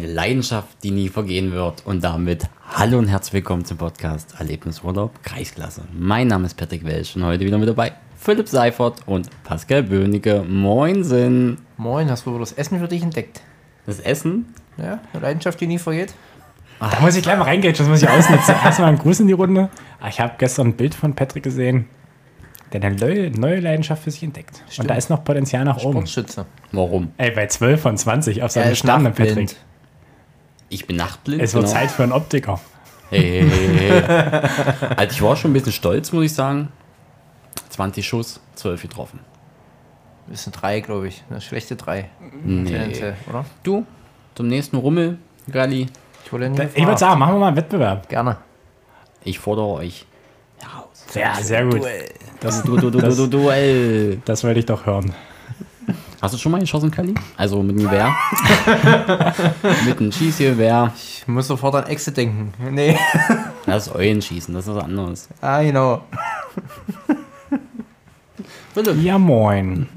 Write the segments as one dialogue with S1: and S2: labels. S1: Leidenschaft, die nie vergehen wird. Und damit hallo und herzlich willkommen zum Podcast Erlebnisurlaub Kreisklasse. Mein Name ist Patrick Welsch und heute wieder mit dabei Philipp Seifert und Pascal Böhnecke. Moinsen!
S2: Moin, hast du wohl das Essen für dich entdeckt?
S1: Das Essen?
S2: Ja, eine Leidenschaft, die nie vergeht.
S3: Da muss ich gleich mal reingehen, das muss ich ausnutzen. Erstmal ein Gruß in die Runde. Ah, Ich habe gestern ein Bild von Patrick gesehen, der eine neue, neue Leidenschaft für sich entdeckt. Und da ist noch Potenzial nach oben.
S2: Sportschütze.
S1: Warum?
S3: Ey, bei 12 von 20 auf
S2: Er
S3: seinem
S2: ist
S3: Stern,
S2: nachtblind.
S3: Patrick.
S1: Ich bin nachtblind.
S3: Es wird
S1: genau.
S3: Zeit für einen Optiker.
S1: Hey, hey, hey, hey. Also ich war schon ein bisschen stolz, muss ich sagen. 20 Schuss, 12 getroffen.
S2: Das sind drei, glaube ich. Eine schlechte drei.
S1: Nee.
S2: Tendenziell, oder?
S1: Du, zum nächsten Rummel, Galli.
S2: Ich wurde nie
S3: Ich würde
S2: gefragt.
S3: sagen, machen wir mal einen Wettbewerb.
S2: Gerne.
S1: Ich fordere euch.
S3: Ja, sehr gut. Das,
S1: Du, du, du, du,
S3: Das-
S1: du, Duell.
S3: das wollte ich doch hören.
S1: Hast du schon mal geschossen, Kali? Also mit einem Gewehr? mit einem Schießgewehr.
S2: Ich muss sofort an Exe denken. Nee.
S1: Das ist euren Schießen, das ist was anderes.
S2: ah, genau.
S3: Ja, moin.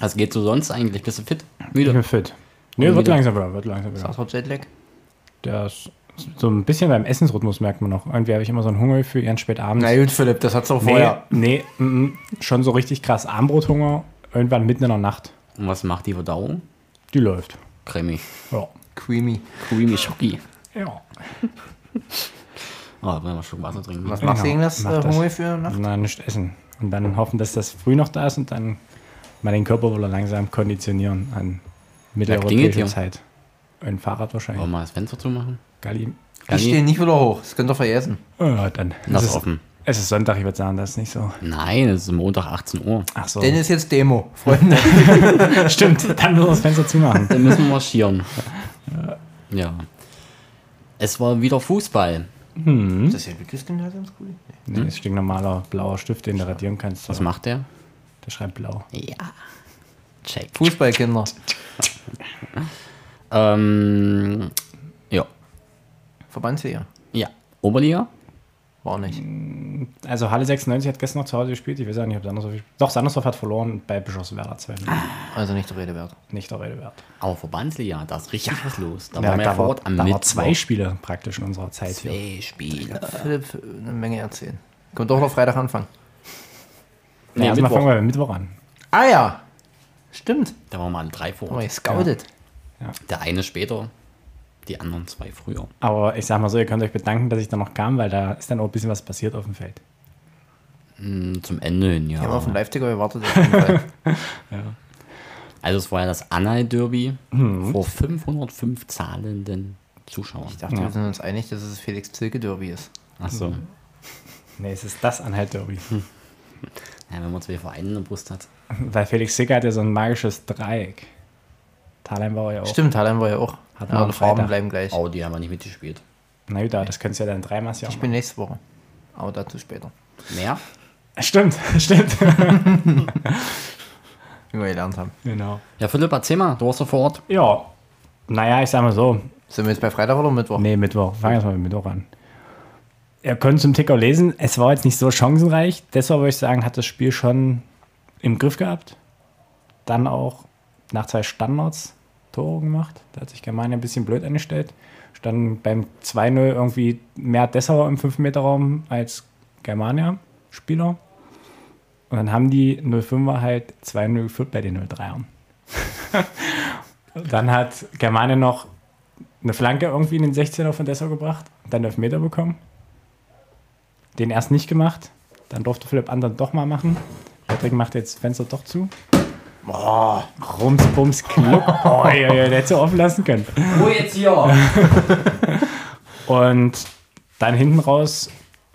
S1: Was geht so sonst eigentlich? Bist du fit?
S3: Ich bin
S1: Müde?
S3: fit. Nö, wird langsam wieder, wird langsam wieder.
S2: Das war Jetlag.
S3: Das, so ein bisschen beim Essensrhythmus merkt man noch. Irgendwie habe ich immer so ein Hungergefühl, ganz spät abends.
S2: Na gut, Philipp, das hat's auch
S3: nee,
S2: vorher.
S3: nee mm, mm. schon so richtig krass Armbrothunger. Irgendwann mitten in der Nacht.
S1: Und was macht die Verdauung?
S3: Die läuft.
S1: Cremig.
S3: Ja.
S2: Creamy.
S1: Creamy Schoki.
S3: Ja.
S1: Oh, da wollen wir schon Wasser trinken.
S2: Was machst du gegen das
S3: Genau. mach
S2: äh,
S3: das.
S2: Hunger für Nacht?
S3: Und dann nicht essen. Und dann hoffen, dass das früh noch da ist und dann mal den Körper wieder langsam konditionieren an
S1: klingelt hier.
S3: mitteleuropäische Zeit. Ein Fahrrad wahrscheinlich.
S1: Wollen wir das Fenster zumachen?
S3: Galli.
S2: Ich stehe nicht wieder hoch. Das könnt ihr vergessen.
S3: Ja, dann.
S1: Lass
S3: es ist,
S1: offen.
S3: Es ist Sonntag, ich würde sagen, das ist nicht so.
S1: Nein, es ist Montag 18 Uhr.
S3: Ach so.
S2: Denn ist jetzt Demo, Freunde.
S3: Stimmt, dann müssen wir das Fenster zumachen.
S1: Dann müssen wir marschieren. ja. Es war wieder Fußball.
S3: Mhm.
S2: Ist das hier wirklich Gymnasiumskuli? Nee.
S3: Nee, das ist ein normaler blauer Stift, den du radieren kannst.
S1: Was macht der?
S3: Der schreibt blau.
S1: Ja. Check.
S2: Fußballkinder.
S1: Ähm, ja.
S2: Verbandsliga.
S1: Ja. Oberliga?
S2: War nicht.
S3: Also Halle 96 hat gestern noch zu Hause gespielt. Ich weiß ja nicht, ob Sandersdorf... Doch, Sandersdorf hat verloren bei Bischofswerda 2.
S1: Ah.
S2: Also nicht der Rede wert.
S3: Nicht der Rede wert.
S1: Aber Verbandsliga, da ist richtig was los. Da
S3: Ja,
S1: waren wir ja
S3: da
S1: vor
S3: war,
S1: Ort am
S3: da war
S1: Mittwoch.
S3: zwei Spiele praktisch in unserer Zeit hier.
S1: Zwei Spiele.
S2: Philipp, eine Menge erzählen. Könnt doch noch Freitag anfangen.
S3: Nee,
S1: Nee,
S3: erstmal
S1: Mittwoch.
S3: fangen also wir mit Mittwoch an.
S2: Ah ja, stimmt.
S1: Da waren wir alle drei vor
S2: Haben
S3: Oh
S2: wir
S1: Ort.
S2: gescoutet.
S1: Der eine später, die anderen zwei früher.
S3: Aber ich sag mal so, ihr könnt euch bedanken, dass ich da noch kam, weil da ist dann auch ein bisschen was passiert auf dem Feld.
S1: Hm, Zum Ende hin,
S2: Wir haben auf
S1: ja.
S2: den Live-Ticker gewartet. auf jeden Fall.
S1: Also es war ja das Anhalt-Derby
S3: Mhm.
S1: vor 505 zahlenden Zuschauern.
S2: Ich dachte, wir sind uns einig, dass es Felix Zilke-Derby ist.
S1: Achso.
S3: mhm. Nee, es ist das Anhalt-Derby.
S1: Hm. Ja, wenn man zwei Vereine in der Brust hat.
S3: weil Felix Sicker hat ja so ein magisches Dreieck. Thalheim war ja auch.
S2: Stimmt, Thalheim war ja auch.
S3: Hat
S2: ja, die
S3: man am
S2: Farben
S3: Freitag.
S2: bleiben gleich.
S1: Oh, die haben wir nicht mitgespielt.
S3: Na gut, aber das könntest du ja dann dreimal ja auch.
S2: Ich bin nächste Woche. Aber dazu später.
S1: Mehr?
S3: machen. Stimmt, stimmt.
S2: Wie wir gelernt haben.
S3: genau.
S1: Ja, Philipp, erzähl mal, du warst doch vor Ort.
S3: Ja. Naja, ich sag mal so.
S2: Sind wir jetzt bei Freitag oder Mittwoch?
S3: Nee, Mittwoch. Fangen wir erstmal mit Mittwoch an. Ihr könnt zum Ticker lesen, es war jetzt nicht so chancenreich. Deshalb würde ich sagen, hat das Spiel schon im Griff gehabt. Dann auch nach zwei Standards Tore gemacht. Da hat sich Germania ein bisschen blöd angestellt. Stand beim 2-0 irgendwie mehr Dessauer im 5-Meter-Raum als Germania-Spieler. Und dann haben die 05er halt 2-0 geführt bei den 03ern. dann hat Germania noch eine Flanke irgendwie in den 16er von Dessau gebracht, dann elf Meter bekommen. Den erst nicht gemacht, dann durfte Philipp anderen doch mal machen. Patrick macht jetzt Fenster doch zu. Rums, bums, kluck. Oh, ja, ja, der hätte so offen lassen können.
S1: Wo jetzt hier?
S3: Und dann hinten raus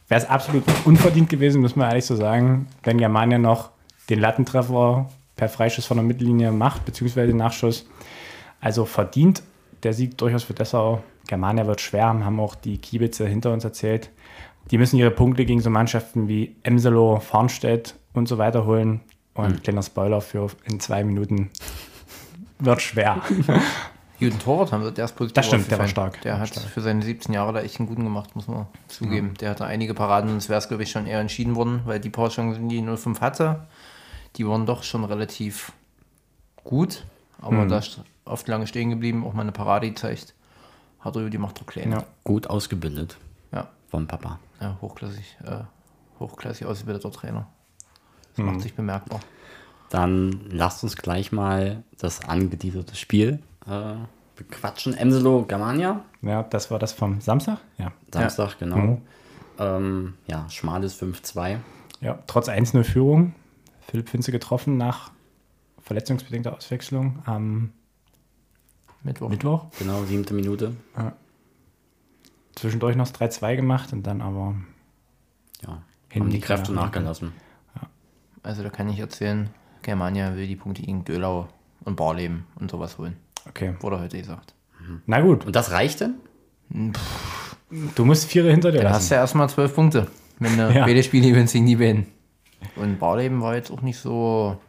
S3: wäre es absolut unverdient gewesen, muss man ehrlich so sagen, wenn Germania noch den Lattentreffer per Freischuss von der Mittellinie macht, beziehungsweise den Nachschuss. Also verdient der Sieg durchaus für Dessau. Germania wird schwer, haben auch die Kiebitze hinter uns erzählt. Die müssen ihre Punkte gegen so Mannschaften wie Emselo, Farnstedt und so weiter holen. Und kleiner Spoiler für in zwei Minuten wird schwer.
S2: Juden Torwart haben wir, der ist positiv.
S3: Das stimmt, der war
S2: aufgefallen.
S3: stark.
S2: Der
S3: War
S2: hat
S3: stark.
S2: für seine 17 Jahre da echt einen guten gemacht, muss man zugeben. Der hatte einige Paraden, sonst wäre es, glaube ich, schon eher entschieden worden, weil die paar Chancen, die
S3: Hm.
S2: 05 hatte, die waren doch schon relativ gut. Aber da st- oft lange stehen geblieben, auch mal eine Parade gezeigt. Hat er die macht doch klein.
S3: Ja.
S1: Gut ausgebildet
S2: Ja,
S1: vom Papa.
S2: ja, hochklassig, äh, hochklassig ausgebildeter Trainer. Das
S3: Hm.
S2: macht sich bemerkbar.
S1: Dann lasst uns gleich mal das angeteaserte Spiel äh, bequatschen. Emselo Germania,
S3: Ja, das war das vom Samstag? Ja. Mhm.
S1: Samstag, genau. Ähm, ja, schmales 5-2.
S3: Ja, trotz 1-0 Führung. Philipp Finze getroffen nach verletzungsbedingter Auswechslung am
S2: Mittwoch.
S3: Mittwoch.
S1: Genau, siebte Minute.
S3: Zwischendurch noch das 3-2 gemacht und dann aber
S1: Ja. Haben
S3: Hinten
S1: die Kräfte
S3: nach-
S1: nachgelassen.
S2: Also da kann ich erzählen, Germania will die Punkte gegen Dölau und Barleben und sowas holen.
S3: okay.
S2: Wurde heute gesagt.
S3: Na gut,
S1: Und das reicht denn?
S3: du musst Vierer hinter dir
S2: Dann
S3: lassen.
S2: hast du ja erstmal zwölf Punkte, wenn du
S3: Ja.
S2: beide Spiele gewinnst gegen die beiden. Und Barleben war jetzt auch nicht so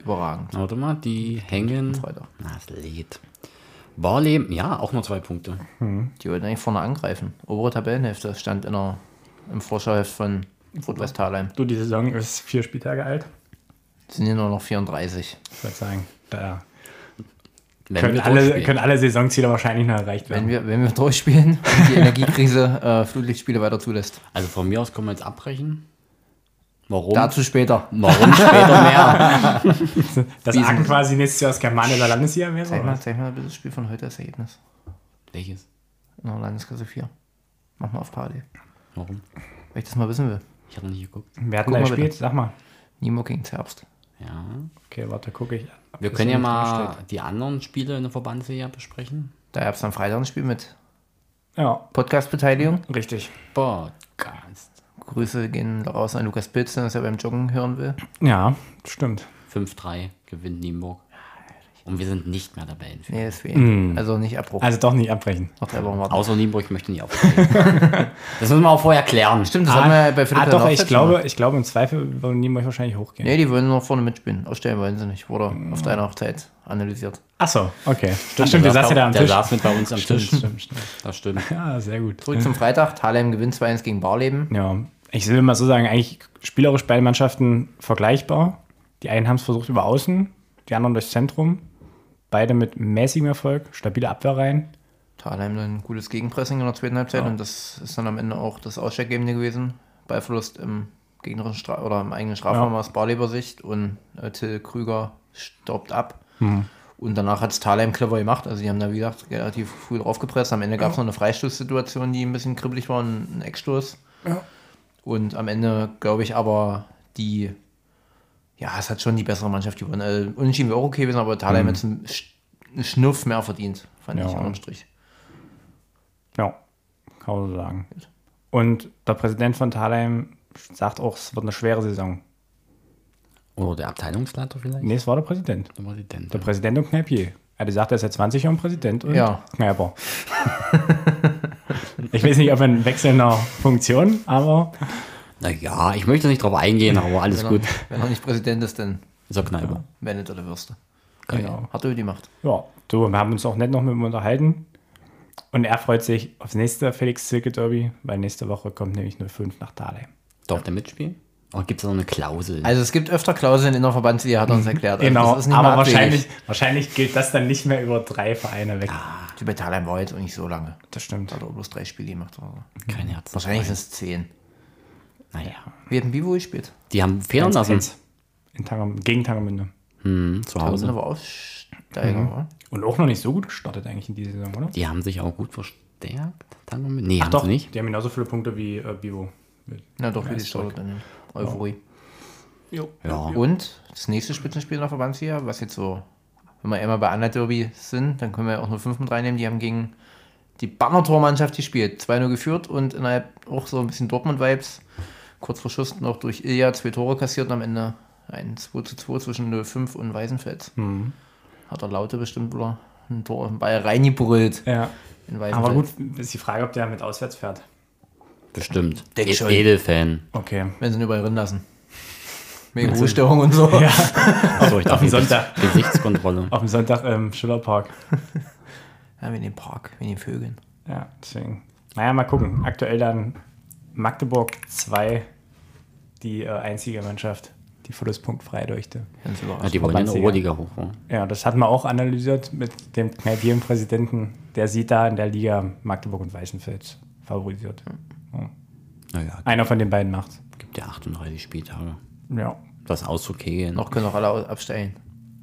S2: überragend.
S1: Warte mal, die hängen.
S2: Freitag.
S1: Na, es lädt. Barley, ja, auch nur zwei Punkte.
S2: Die wollten eigentlich vorne angreifen. Obere Tabellenhälfte stand in der, im Vorschauheft von Westhalheim.
S3: Du, die Saison ist vier Spieltage alt.
S2: Sind hier nur noch 34.
S3: Ich würde sagen, da
S1: Wenn
S3: können
S1: wir
S3: alle,
S1: durchspielen.
S3: können alle Saisonziele wahrscheinlich noch erreicht werden.
S2: Wenn wir, wenn wir durchspielen und die Energiekrise äh, Flutlichtspiele weiter zulässt.
S1: Also von mir aus können wir jetzt abbrechen. Warum?
S2: Dazu später.
S1: Warum später mehr?
S3: Das
S2: Wiesen-
S3: Aachen quasi nächstes Jahr das germanische Landesjahr wäre.
S2: Zeig mal,
S3: oder?
S2: zeig mal bitte das Spiel von heute, das Ergebnis.
S1: Welches?
S2: In der Landesklasse 4. Mach mal auf Party.
S1: Warum?
S2: Weil ich das mal wissen will.
S1: Ich habe noch nicht geguckt.
S3: Wer hat
S2: Guck
S3: denn da
S2: mal
S3: gespielt?
S2: bitte.
S3: Sag mal.
S2: Nimo gegen Zerbst.
S1: Ja.
S3: Okay, warte, gucke ich. ob
S1: Wir
S3: das
S1: können ja
S3: hier drin
S1: mal die anderen Spiele in der Verbandsliga besprechen.
S2: Da gab es am Freitag ein Spiel mit
S3: steht. Ja,
S2: Podcast-Beteiligung.
S3: richtig.
S1: Podcast.
S2: Grüße gehen raus an Lukas Pilz, der uns ja beim Joggen hören will.
S3: Ja, stimmt.
S1: 5-3 gewinnt Nienburg. Und wir sind nicht mehr dabei.
S2: Nee, deswegen. Also nicht Abbruch.
S3: Also doch nicht abbrechen.
S2: Noch drei Wochen warten.
S1: Außer Nienburg möchte nicht aufsteigen. das müssen wir auch vorher klären.
S2: Stimmt, das haben wir ja bei Philipp
S3: ah,
S2: Lauf
S3: doch, ich
S2: jetzt gemacht.
S3: glaube, ich glaube, im Zweifel würden die euch wahrscheinlich hochgehen.
S2: Nee, die wollen noch vorne mitspielen. Ausstellen wollen sie nicht. Wurde auf
S3: Hm.
S2: deiner Hochzeit analysiert.
S3: Achso, okay. Stimmt, stimmt
S1: der
S3: du saßt ja da am
S1: der
S3: Tisch.
S1: saß mit bei uns am
S3: Stimmt,
S1: Tisch.
S3: stimmt, stimmt.
S1: Das stimmt.
S3: Ja, sehr gut.
S2: Zurück zum Freitag. Thalheim gewinnt 2-1 gegen Barleben.
S3: Ja, ich will mal so sagen, eigentlich spielerisch beide Mannschaften vergleichbar. Die einen haben es versucht über außen, die anderen durchs Zentrum. Beide mit mäßigem Erfolg, stabile Abwehrreihen.
S2: Thalheim dann ein gutes Gegenpressing in der zweiten Halbzeit und das ist dann am Ende auch das Ausschlaggebende gewesen. Ballverlust im gegnerischen Stra oder im eigenen Strafraum
S3: Ja.
S2: aus Barleber Sicht und äh, Till Krüger staubt ab.
S3: Mhm.
S2: Und danach hat es Thalheim clever gemacht. Also die haben da, wie gesagt, relativ früh draufgepresst. Am Ende gab es noch eine Freistoßsituation, die ein bisschen kribbelig war, und einen Eckstoß. Und am Ende, glaube ich, aber die, ja, es hat schon die bessere Mannschaft gewonnen. Also, Unentschieden wäre auch okay gewesen, aber Thalheim hat einen Sch- einen Schnurf mehr verdient, fand
S3: Mhm. Ja.
S2: ich unterm Strich.
S3: Ja, kann man so sagen. Und der Präsident von Thalheim sagt auch, es wird eine schwere Saison.
S1: Oder der Abteilungsleiter vielleicht?
S3: Nee, es war der Präsident.
S1: Der Präsident.
S3: Der Präsident und Kneipier. Er sagt, er ist seit 20 Jahren Präsident und
S2: Ja.
S3: Kneiper. ich weiß nicht, ob in wechselnder Funktion, aber
S1: Naja, ich möchte nicht drauf eingehen, aber alles
S2: Wenn er-
S1: gut.
S2: Wenn er nicht Präsident ist, dann
S1: Ist er Kneipe.
S2: wendet er die Würste.
S3: genau.
S2: Hat er die Macht.
S3: Ja, du, wir haben uns auch nett noch mit ihm unterhalten. Und er freut sich aufs nächste Felix Zirke Derby, weil nächste Woche kommt nämlich 05 nach Dahlem.
S1: Darf der mitspielen? Oder gibt es noch eine Klausel?
S2: Also es gibt öfter Klauseln in der Verbandsliga, hat er uns erklärt. Also
S3: Genau,
S2: das ist nicht mal
S3: aber
S2: abwegig.
S3: wahrscheinlich, wahrscheinlich gilt das dann nicht mehr über drei Vereine weg.
S2: Die bei Thalheim war jetzt auch nicht so lange.
S3: das stimmt.
S2: Da hat er bloß drei Spiele gemacht. Oder so.
S1: Kein Herz.
S2: Wahrscheinlich sind es zehn.
S1: Naja.
S2: Wir hatten Bivo gespielt.
S1: Die haben fehlen lassen.
S3: Eins. In Tangam, gegen Tangermünde.
S1: Hm, zu
S2: Da sind
S1: Hause.
S2: aber Aufsteiger,
S3: Mhm.
S2: oder?
S3: Und auch noch nicht so gut gestartet eigentlich in dieser Saison, oder?
S1: Die haben sich auch gut verstärkt. Dann, nee, haben
S3: Doch,
S1: sie nicht.
S3: die haben genauso viele Punkte wie äh, Bivo.
S2: Na doch, wie die
S3: ist
S2: Stadt in Euphorie.
S1: Ja.
S2: Und das nächste Spitzenspiel in der Verbandsliga, was jetzt so, wenn wir immer bei Anna Derby sind, dann können wir auch nur fünf mit reinnehmen. Die haben gegen die Bannertor-Mannschaft gespielt. 2-0 geführt und innerhalb auch so ein bisschen Dortmund-Vibes. Kurz vor Schuss noch durch Ilja zwei Tore kassiert und am Ende ein 2 2 zwischen 05 und Weißenfels. Hat der Laute bestimmt wieder ein Tor auf den Ball reingebrüllt
S3: Ja.
S2: in Weißenfels.
S3: Aber gut, ist die Frage, ob der mit auswärts fährt.
S1: Bestimmt.
S2: Denk
S1: E-
S2: schon.
S1: Edelfan.
S3: Okay.
S2: Wenn sie ihn überall drin lassen. Wegen Ruhestörung und so. Ja.
S1: Achso, ich dachte,
S3: Auf den
S1: Gesicht-
S3: Sonntag.
S1: Gesichtskontrolle.
S3: Auf dem Sonntag im Schillerpark.
S2: wegen dem Park, wegen den Vögeln.
S3: Ja, deswegen. Naja, mal gucken. Aktuell dann Magdeburg 2, die äh, einzige Mannschaft die Verlustpunkt freideuchte.
S2: Ganz
S1: Ja,
S2: überrascht.
S1: die wollen ja in der
S3: Verbandsliga.
S1: Oberliga hoch. oder?
S3: Ja, das hatten wir auch analysiert mit dem Kneipieren-Präsidenten. Der sieht da in der Liga Magdeburg und Weißenfels favorisiert.
S1: Naja,
S3: Einer von den beiden macht.
S1: gibt ja 38 Spieltage.
S3: Ja,
S1: Das auszukegeln.
S2: Noch können auch alle au- absteigen.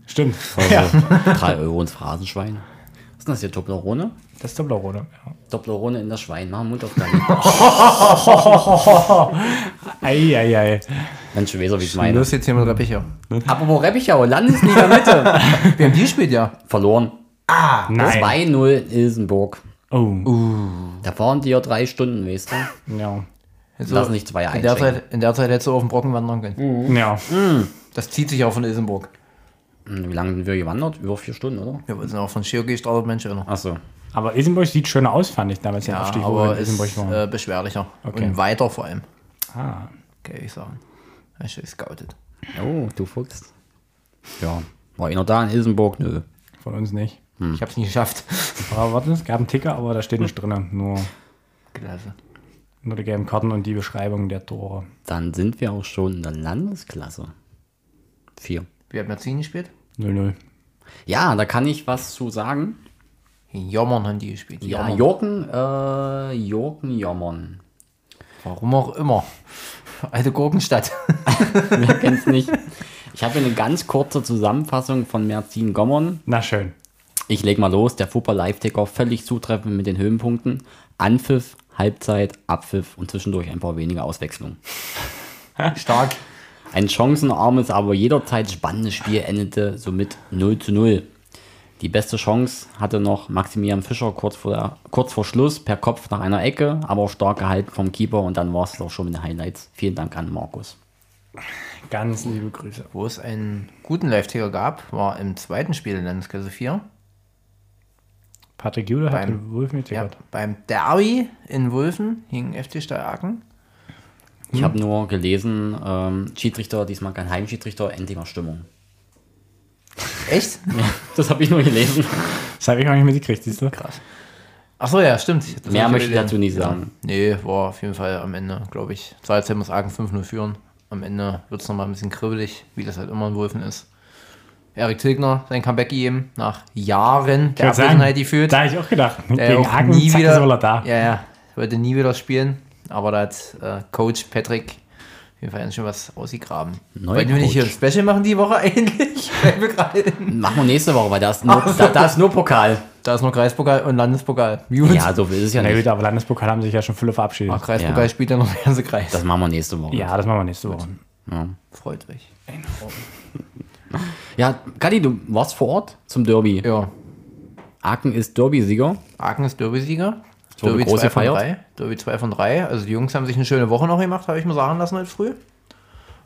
S3: stimmt.
S1: Also, 3 Euro ins Phrasenschwein. Was ist denn das hier? Toblerone?
S3: Das ist Toblerone. Ja.
S1: Toblerone in das Schwein. Mach den Mund auf deinen.
S3: Ei, ei, ei.
S1: Mensch, du weißt doch, wie ich meine.
S2: Los jetzt hier mit Reppicher.
S1: Apropos Reppichau, Landesliga Mitte.
S2: Wir haben die gespielt, ja.
S1: Verloren.
S3: Nein.
S1: 2-0 Ilsenburg.
S3: Oh,
S1: Da fahren die ja drei Stunden, weißt du?
S3: ja.
S2: Jetzt
S1: Lass nicht zwei
S2: Also in der,
S1: einschenken.
S2: Zeit, in der Zeit hättest du auf den Brocken wandern
S3: Mhm.
S2: können.
S3: Ja.
S2: Das zieht sich auch von Isenburg.
S1: Hm, Wie lange sind wir gewandert? Über vier Stunden, oder?
S2: Ja, wir sind auch von Schirgi gestartet, Mensch. erinnern.
S1: Achso.
S3: Aber Isenburg sieht schöner aus, fand ich damals den
S2: Ja,
S3: Abstieg,
S2: aber
S3: in
S2: ist
S3: Isenburg waren.
S2: äh, beschwerlicher.
S3: Okay.
S2: Und weiter vor allem,
S3: ah,
S2: kann ich sagen. Hab Ich gescoutet.
S1: Oh, du Fuchs. Ja. War einer da in Ilsenburg? Nö.
S3: von uns nicht.
S2: Ich hab's nicht geschafft.
S3: Aber warte, es gab einen Ticker, aber da steht nicht drin. Nur,
S2: Klasse.
S3: nur die gelben Karten und die Beschreibung der Tore.
S1: Dann sind wir auch schon in der Landesklasse. Vier.
S2: Wie hat Merzin gespielt?
S3: 0-0.
S1: Ja, da kann ich was zu sagen.
S2: Jommern haben die gespielt.
S1: Ja,
S2: Jommern.
S1: Jorken, äh, Jorken Jommern.
S2: Warum auch immer. Alte Gurkenstadt.
S1: Wer kennt's nicht? Ich habe hier eine ganz kurze Zusammenfassung von Merzin Gommern.
S3: Na schön.
S1: Ich leg mal los, der Fupa Live-Ticker völlig zutreffend mit den Höhenpunkten. Anpfiff, Halbzeit, Abpfiff und zwischendurch ein paar wenige Auswechslungen.
S2: Stark.
S1: Ein chancenarmes, aber jederzeit spannendes Spiel endete somit 0 zu 0. Die beste Chance hatte noch Maximilian Fischer kurz vor, der, kurz vor Schluss per Kopf nach einer Ecke, aber auch stark gehalten vom Keeper und dann war es auch schon mit den Highlights. Vielen Dank an Markus.
S3: Ganz liebe Grüße.
S2: Wo es einen guten Live-Ticker gab, war im zweiten Spiel in Landesklasse 4.
S3: Patrick Jude hat
S2: Beim-
S3: den Wolf
S2: Ja,
S3: mitgehört.
S2: beim Derby in Wulfen hing FC Steyr-Aken.
S1: Ich habe nur gelesen, ähm, Schiedsrichter, diesmal kein Heimschiedsrichter, endlich mal Stimmung.
S2: Echt?
S1: Das habe ich nur gelesen.
S3: Das habe ich auch nicht mitgekriegt, siehst du?
S2: Krass. Achso, ja, stimmt. Das
S1: Mehr
S2: hab
S1: möchte ich
S2: gesehen.
S1: dazu nicht sagen.
S2: Nee, war auf jeden Fall am Ende, glaube ich. Zweite muss Aachen 5-0 führen. Am Ende wird es nochmal ein bisschen kribbelig, wie das halt immer in Wolfen ist. Erik Tilgner, sein Comeback gegeben, nach Jahren der
S3: würd sagen,
S2: Abwesenheit, halt die fühlt.
S3: Da habe ich auch gedacht.
S2: Der
S3: Gegen
S2: auch
S3: Hagen,
S2: nie
S3: zack,
S2: wieder,
S3: ist er wieder da.
S2: Ja, ja, wollte nie wieder spielen. Aber da hat äh, Coach Patrick auf jeden Fall ganz schön was ausgegraben.
S1: Neuer
S2: Wollten wir nicht hier ein
S1: Coach.
S2: Special machen die Woche eigentlich? Fällt mir gerade in.
S1: Machen wir nächste Woche, weil da ist nur, da, da ist nur Pokal.
S2: da ist noch Kreispokal und Landespokal. Gut.
S1: Ja, so will es ja
S3: Na gut,
S1: nicht.
S3: aber Landespokal haben sich ja schon viele verabschiedet.
S2: Aber Kreispokal
S1: Ja.
S2: spielt ja noch der ganze Kreis.
S1: Das machen wir nächste Woche.
S3: Ja, das machen wir nächste Woche.
S1: Ja.
S2: freut mich.
S1: Ja, Kadi, du warst vor Ort zum Derby.
S2: Ja,
S1: Aachen ist Derby-Sieger.
S2: Aachen ist Derby-Sieger.
S1: wurde
S2: Derby
S1: groß
S2: 2 von
S1: gefeiert.
S2: 3. Derby 2 von 3. Also die Jungs haben sich eine schöne Woche noch gemacht, habe ich mal sagen lassen heute früh.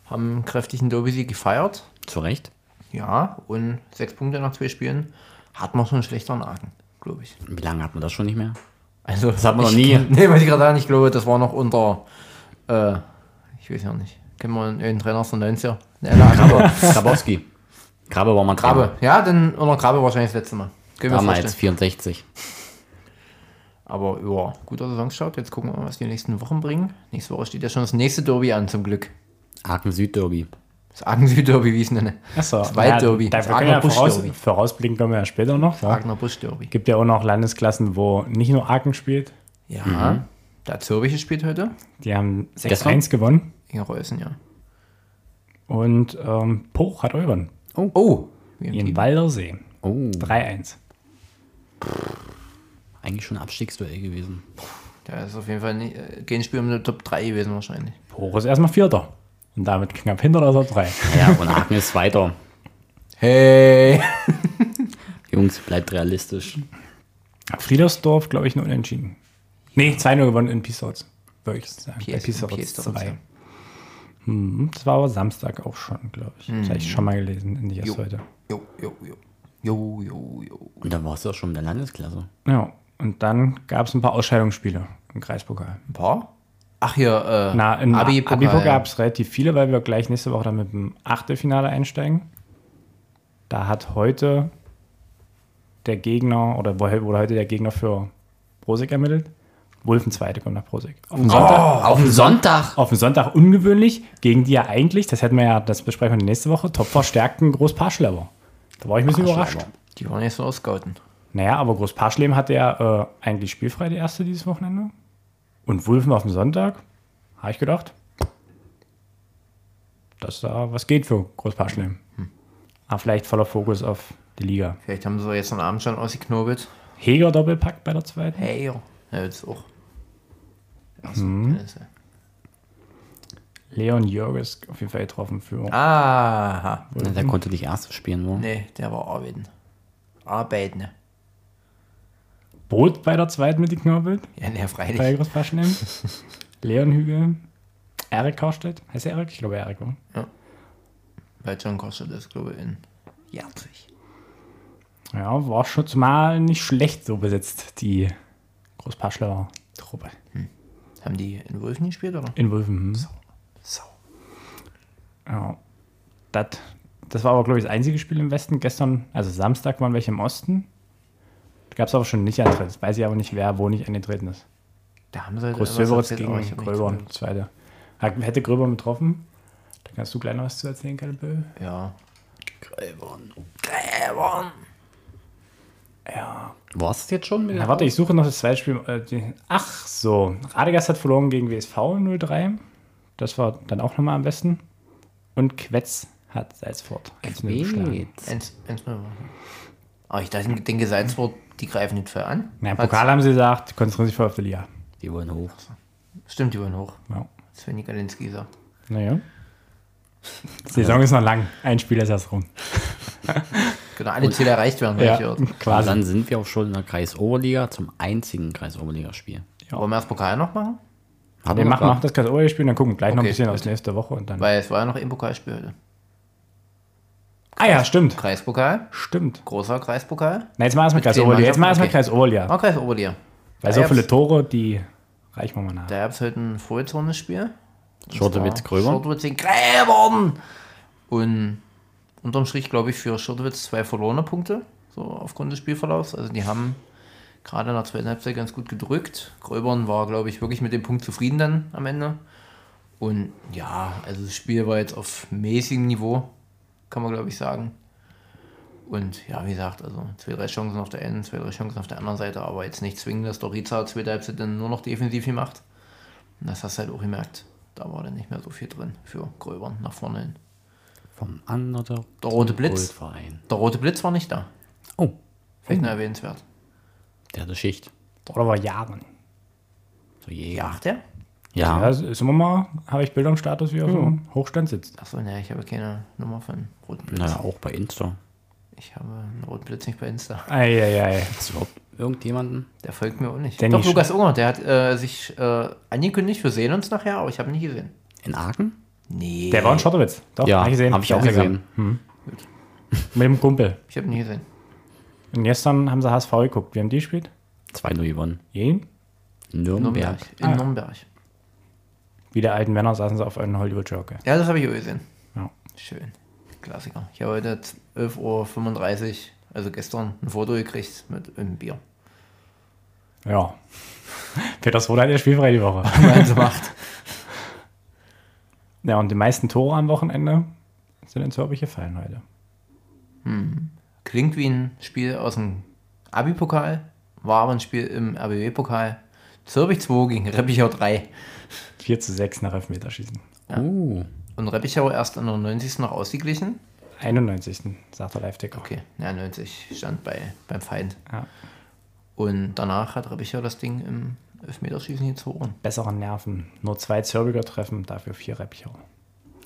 S2: Haben einen kräftigen Derby-Sieg gefeiert.
S1: Zu Recht.
S2: Ja, und sechs Punkte nach zwei Spielen hat man schon einen schlechteren Aachen, glaube ich.
S1: Wie lange hat man das schon nicht mehr?
S2: Also, das
S1: hat man noch nie.
S2: Nee, wollte ich gerade sagen, ich glaube, das war noch unter, äh, ich weiß ja nicht, kennen wir einen Trainer aus der 90er? Nee, der Aachener.
S1: Grabowski. Grabe war mal
S2: Grabe, ja, dann unter Grabe wahrscheinlich das letzte Mal. Können wir uns
S1: Damals
S2: vorstellen.
S1: 64.
S2: Aber ja, guter Saisonstart. Jetzt gucken wir mal, was die nächsten Wochen bringen. Nächste Woche steht ja schon das nächste Derby an, zum Glück.
S1: Aachen Südderby.
S2: Das Agen-Süd-Derby, wie ich es nenne.
S3: Achso,
S2: Das Wald-Derby.
S3: Da
S2: Das
S3: wir können ja voraus,
S2: Aachener-Busch-Derby.
S3: vorausblicken können wir ja später noch. Es
S2: Aachener Busch-Derby.
S3: gibt ja auch noch Landesklassen, wo nicht nur Aachen spielt.
S2: Ja, da hat Zürich gespielt heute.
S3: Die haben
S1: Gestern?
S3: 6-1 gewonnen.
S2: Gegen Reußen, ja.
S3: Und ähm, Poch hat euren.
S2: Oh, wie im
S3: In
S2: Team.
S3: Waldersee.
S1: Oh,
S3: 3-1.
S1: eigentlich schon ein Abstiegsduell gewesen.
S2: Da ist auf jeden Fall nicht, äh, kein Spiel um die Top 3 gewesen wahrscheinlich.
S3: Poch ist erstmal Vierter. Und damit knapp hinter der Top 3.
S1: Ja, und Aachen ist weiter.
S2: Hey!
S1: Jungs, bleibt realistisch.
S3: Friedersdorf, glaube ich, nur unentschieden. Nee, 2-0 gewonnen in Piesauts. Würde ich sagen. Bei
S2: Pies-
S3: Piesauts
S2: Piesauts,
S3: 2.
S2: ja.
S3: Hm, das war aber Samstag auch schon, glaube ich. Das habe ich schon mal gelesen in die erst heute.
S2: Hm. Jo, jo, jo. Jo, jo, jo.
S1: Und dann warst du auch schon in der Landesklasse.
S3: Ja, und dann gab es ein paar Ausscheidungsspiele im Kreispokal.
S2: Ein paar? Ach hier, äh,
S3: Na, im
S2: Abi-Pokal.
S3: Abi gab es relativ viele, weil wir gleich nächste Woche dann mit dem Achtelfinale einsteigen. Da hat heute der Gegner, oder wurde heute der Gegner für Brosig ermittelt. Wolfenzweig kommt nach Prosig. Auf den Sonntag,
S2: Oh.
S1: Auf dem Sonntag.
S3: auf den Sonntag ungewöhnlich, gegen die ja eigentlich, das hätten wir ja, das besprechen wir nächste Woche, top verstärkten Großparschleber. Da war ich ein bisschen überrascht.
S2: Die wollen jetzt so ausgauten.
S3: Naja, aber Großparschleben hatte ja äh, eigentlich spielfrei, die erste dieses Wochenende. Und Wulfen auf dem Sonntag, habe ich gedacht, dass da was geht für Großparschleben. Aber vielleicht voller Fokus auf die Liga.
S2: Vielleicht haben sie jetzt einen Abend schon ausgeknobelt.
S3: Heger Doppelpack bei der zweiten.
S2: Hey, ja. Ja, jetzt auch. Ach so, Penisse.
S3: Leon Jörges auf jeden Fall getroffen für.
S2: Aha.
S1: Na, der konnte nicht erst spielen, wo?
S2: Oh. Nee, der war arbeiten. Arbeiten.
S3: Boot bei der zweiten mitgeknobelt.
S2: Ja, nee, freilich.
S3: bei Großparschleben. Leon Hügel. Erik Karstedt. Heißt er Erik? Ich glaube Erik, oder?
S2: Bei John kostet das, glaube ich, in Jahrzehnten.
S3: Ja, war schon zumal nicht schlecht so besetzt, die Großparschleber Truppe.
S2: Haben die in Wolfen gespielt, oder?
S3: In Wulfen. hm.
S2: So.
S3: Ja. Das, das war aber, glaube ich, das einzige Spiel im Westen. Gestern, also Samstag, waren welche im Osten. Da gab es aber schon nicht antreten. Jetzt weiß ich aber nicht, wer wo nicht angetreten ist.
S2: Da haben sie halt irgendwas
S3: Groß-Silberitz
S2: erzählt, aber ich
S3: gegen
S2: hab nicht
S3: Gröbern, zweite. Ha- Hätte Gröbern betroffen. Da kannst du gleich noch was zu erzählen, Kalbö.
S2: zugehört. Ja.
S1: Gräbern.
S2: Gräbern.
S1: Warst du jetzt schon mit
S2: Genau.
S3: Na, warte, ich suche noch das zweite Spiel. äh, die- Ach so, Radegast hat verloren gegen WSV 0-3. Das war dann auch nochmal am besten. Und Quetz hat Salzford 1-0 geschlagen.
S1: Quetz.
S2: Eins, eins, null. Aber ich dachte, denke, Salzburg, die greifen nicht voll an.
S3: Na, im
S2: Hat's-
S3: Pokal haben sie gesagt, konzentrieren sich voll auf die Liga.
S1: Die wollen hoch.
S2: Stimmt, die waren hoch.
S3: Ja.
S2: Sven Nikalinski sagt.
S3: Naja. Die Saison ist noch lang. Ein Spiel ist erst rum.
S2: Genau, alle Ziele erreicht werden, hab ich gehört.
S1: Und
S3: quasi.
S1: dann sind wir auch schon in der Kreisoberliga zum einzigen Kreisoberligaspiel.
S2: Wollen wir das Pokal noch machen?
S1: Hat
S3: Wir
S1: er noch
S3: machen noch
S1: gehabt?
S3: das ganze Oberliga-Spiel und dann gucken gleich noch ein
S2: Okay,
S3: bisschen aus nächste Woche und dann.
S2: Weil es war ja noch im Pokalspiel heute.
S3: ah ja, stimmt.
S2: Kreispokal,
S3: Stimmt.
S2: großer Kreispokal.
S3: Na, jetzt mal erstmal
S2: Mit zehn
S3: Kreis Oberliga. Jetzt mal erstmal
S2: Mannschaften,
S3: Kreis Oberliga.
S2: Ah, Kreis Oberliga.
S3: Weil
S2: Da
S3: so
S2: gab's-
S3: viele Tore, die reichen wir mal nach.
S2: Da gab es heute ein vorgezogenes Spiel.
S1: Schortewitz Gröber.
S2: Schurtwitz in Gräbern! Und unterm Strich, glaube ich, für Schurtwitz zwei verlorene Punkte, so aufgrund des Spielverlaufs. Also die haben gerade in der zweiten Halbzeit ganz gut gedrückt. Gröbern war, glaube ich, wirklich mit dem Punkt zufrieden dann am Ende. Und ja, also das Spiel war jetzt auf mäßigem Niveau, kann man, glaube ich, sagen. Und ja, wie gesagt, also zwei, drei Chancen auf der einen, zwei, drei Chancen auf der anderen Seite, aber jetzt nicht zwingen, dass Dorica zweite Halbzeit dann nur noch defensiv viel macht. Und das hast du halt auch gemerkt. Da war dann nicht mehr so viel drin für Gröbern nach vorne hin.
S1: Vom anderen
S2: Der rote Blitz.
S1: Goldverein.
S2: Der rote Blitz war nicht da.
S1: Oh,
S2: Vielleicht nur erwähnenswert.
S1: der hatte Schicht.
S3: Oder war Jahren.
S1: So je.
S2: Ja, ach der?
S3: Ja,
S1: Ja. Hm.
S3: es ist immer mal, habe ich Bilder im Status, wie er auf dem Hochstand sitzt.
S2: Achso, ne, ich habe keine Nummer von Roten Blitz.
S1: Naja, auch bei Insta.
S2: Ich habe einen Roten Blitz nicht bei Insta.
S3: Eieiei.
S1: Hast du überhaupt irgendjemanden?
S2: Der folgt mir auch nicht.
S3: Danny
S2: Doch,
S3: Sch-
S2: Lukas Unger, der hat äh, sich äh, angekündigt, wir sehen uns nachher, aber ich habe ihn nicht gesehen.
S1: In Aachen?
S2: Nee.
S3: Der war in Schottowitz. Doch,
S1: ja,
S3: hab ich gesehen.
S1: Hab ich auch
S3: Instagram.
S1: gesehen.
S3: Mit dem Kumpel.
S2: Ich habe ihn nie gesehen.
S3: Und gestern haben sie HSV geguckt. Wie haben die gespielt?
S1: 2-0 gewonnen.
S3: Jeden?
S1: Nürnberg.
S2: In
S3: Ah.
S2: Nürnberg.
S3: Wie der alten Männer saßen sie auf einem Hollywood-Joker.
S2: Ja, das habe ich auch gesehen.
S3: Ja.
S2: Schön. Klassiker. Ich habe heute 11.35 Uhr, also gestern, ein Foto gekriegt mit einem Bier.
S3: Ja. Peters Roder hat ja spielfrei die Woche.
S2: Also macht.
S3: Ja, und die meisten Tore am Wochenende sind ins Hörbuch gefallen heute.
S2: Klingt wie ein Spiel aus dem Abi-Pokal, war aber ein Spiel im RBW-Pokal. Zürbich 2 gegen Reppichau 3.
S3: 4 zu 6 nach Elfmeterschießen.
S1: Oh,
S2: Und Reppichau erst an der 90. noch ausgeglichen.
S3: 91. sagt der Live-Ticker.
S2: Okay, ja, 90 stand bei, beim Feind.
S3: Ja.
S2: Und danach hat Reppichau das Ding im Elfmeterschießen gezogen.
S3: Bessere Nerven. Nur zwei Zörbiger treffen, dafür vier Reppicher.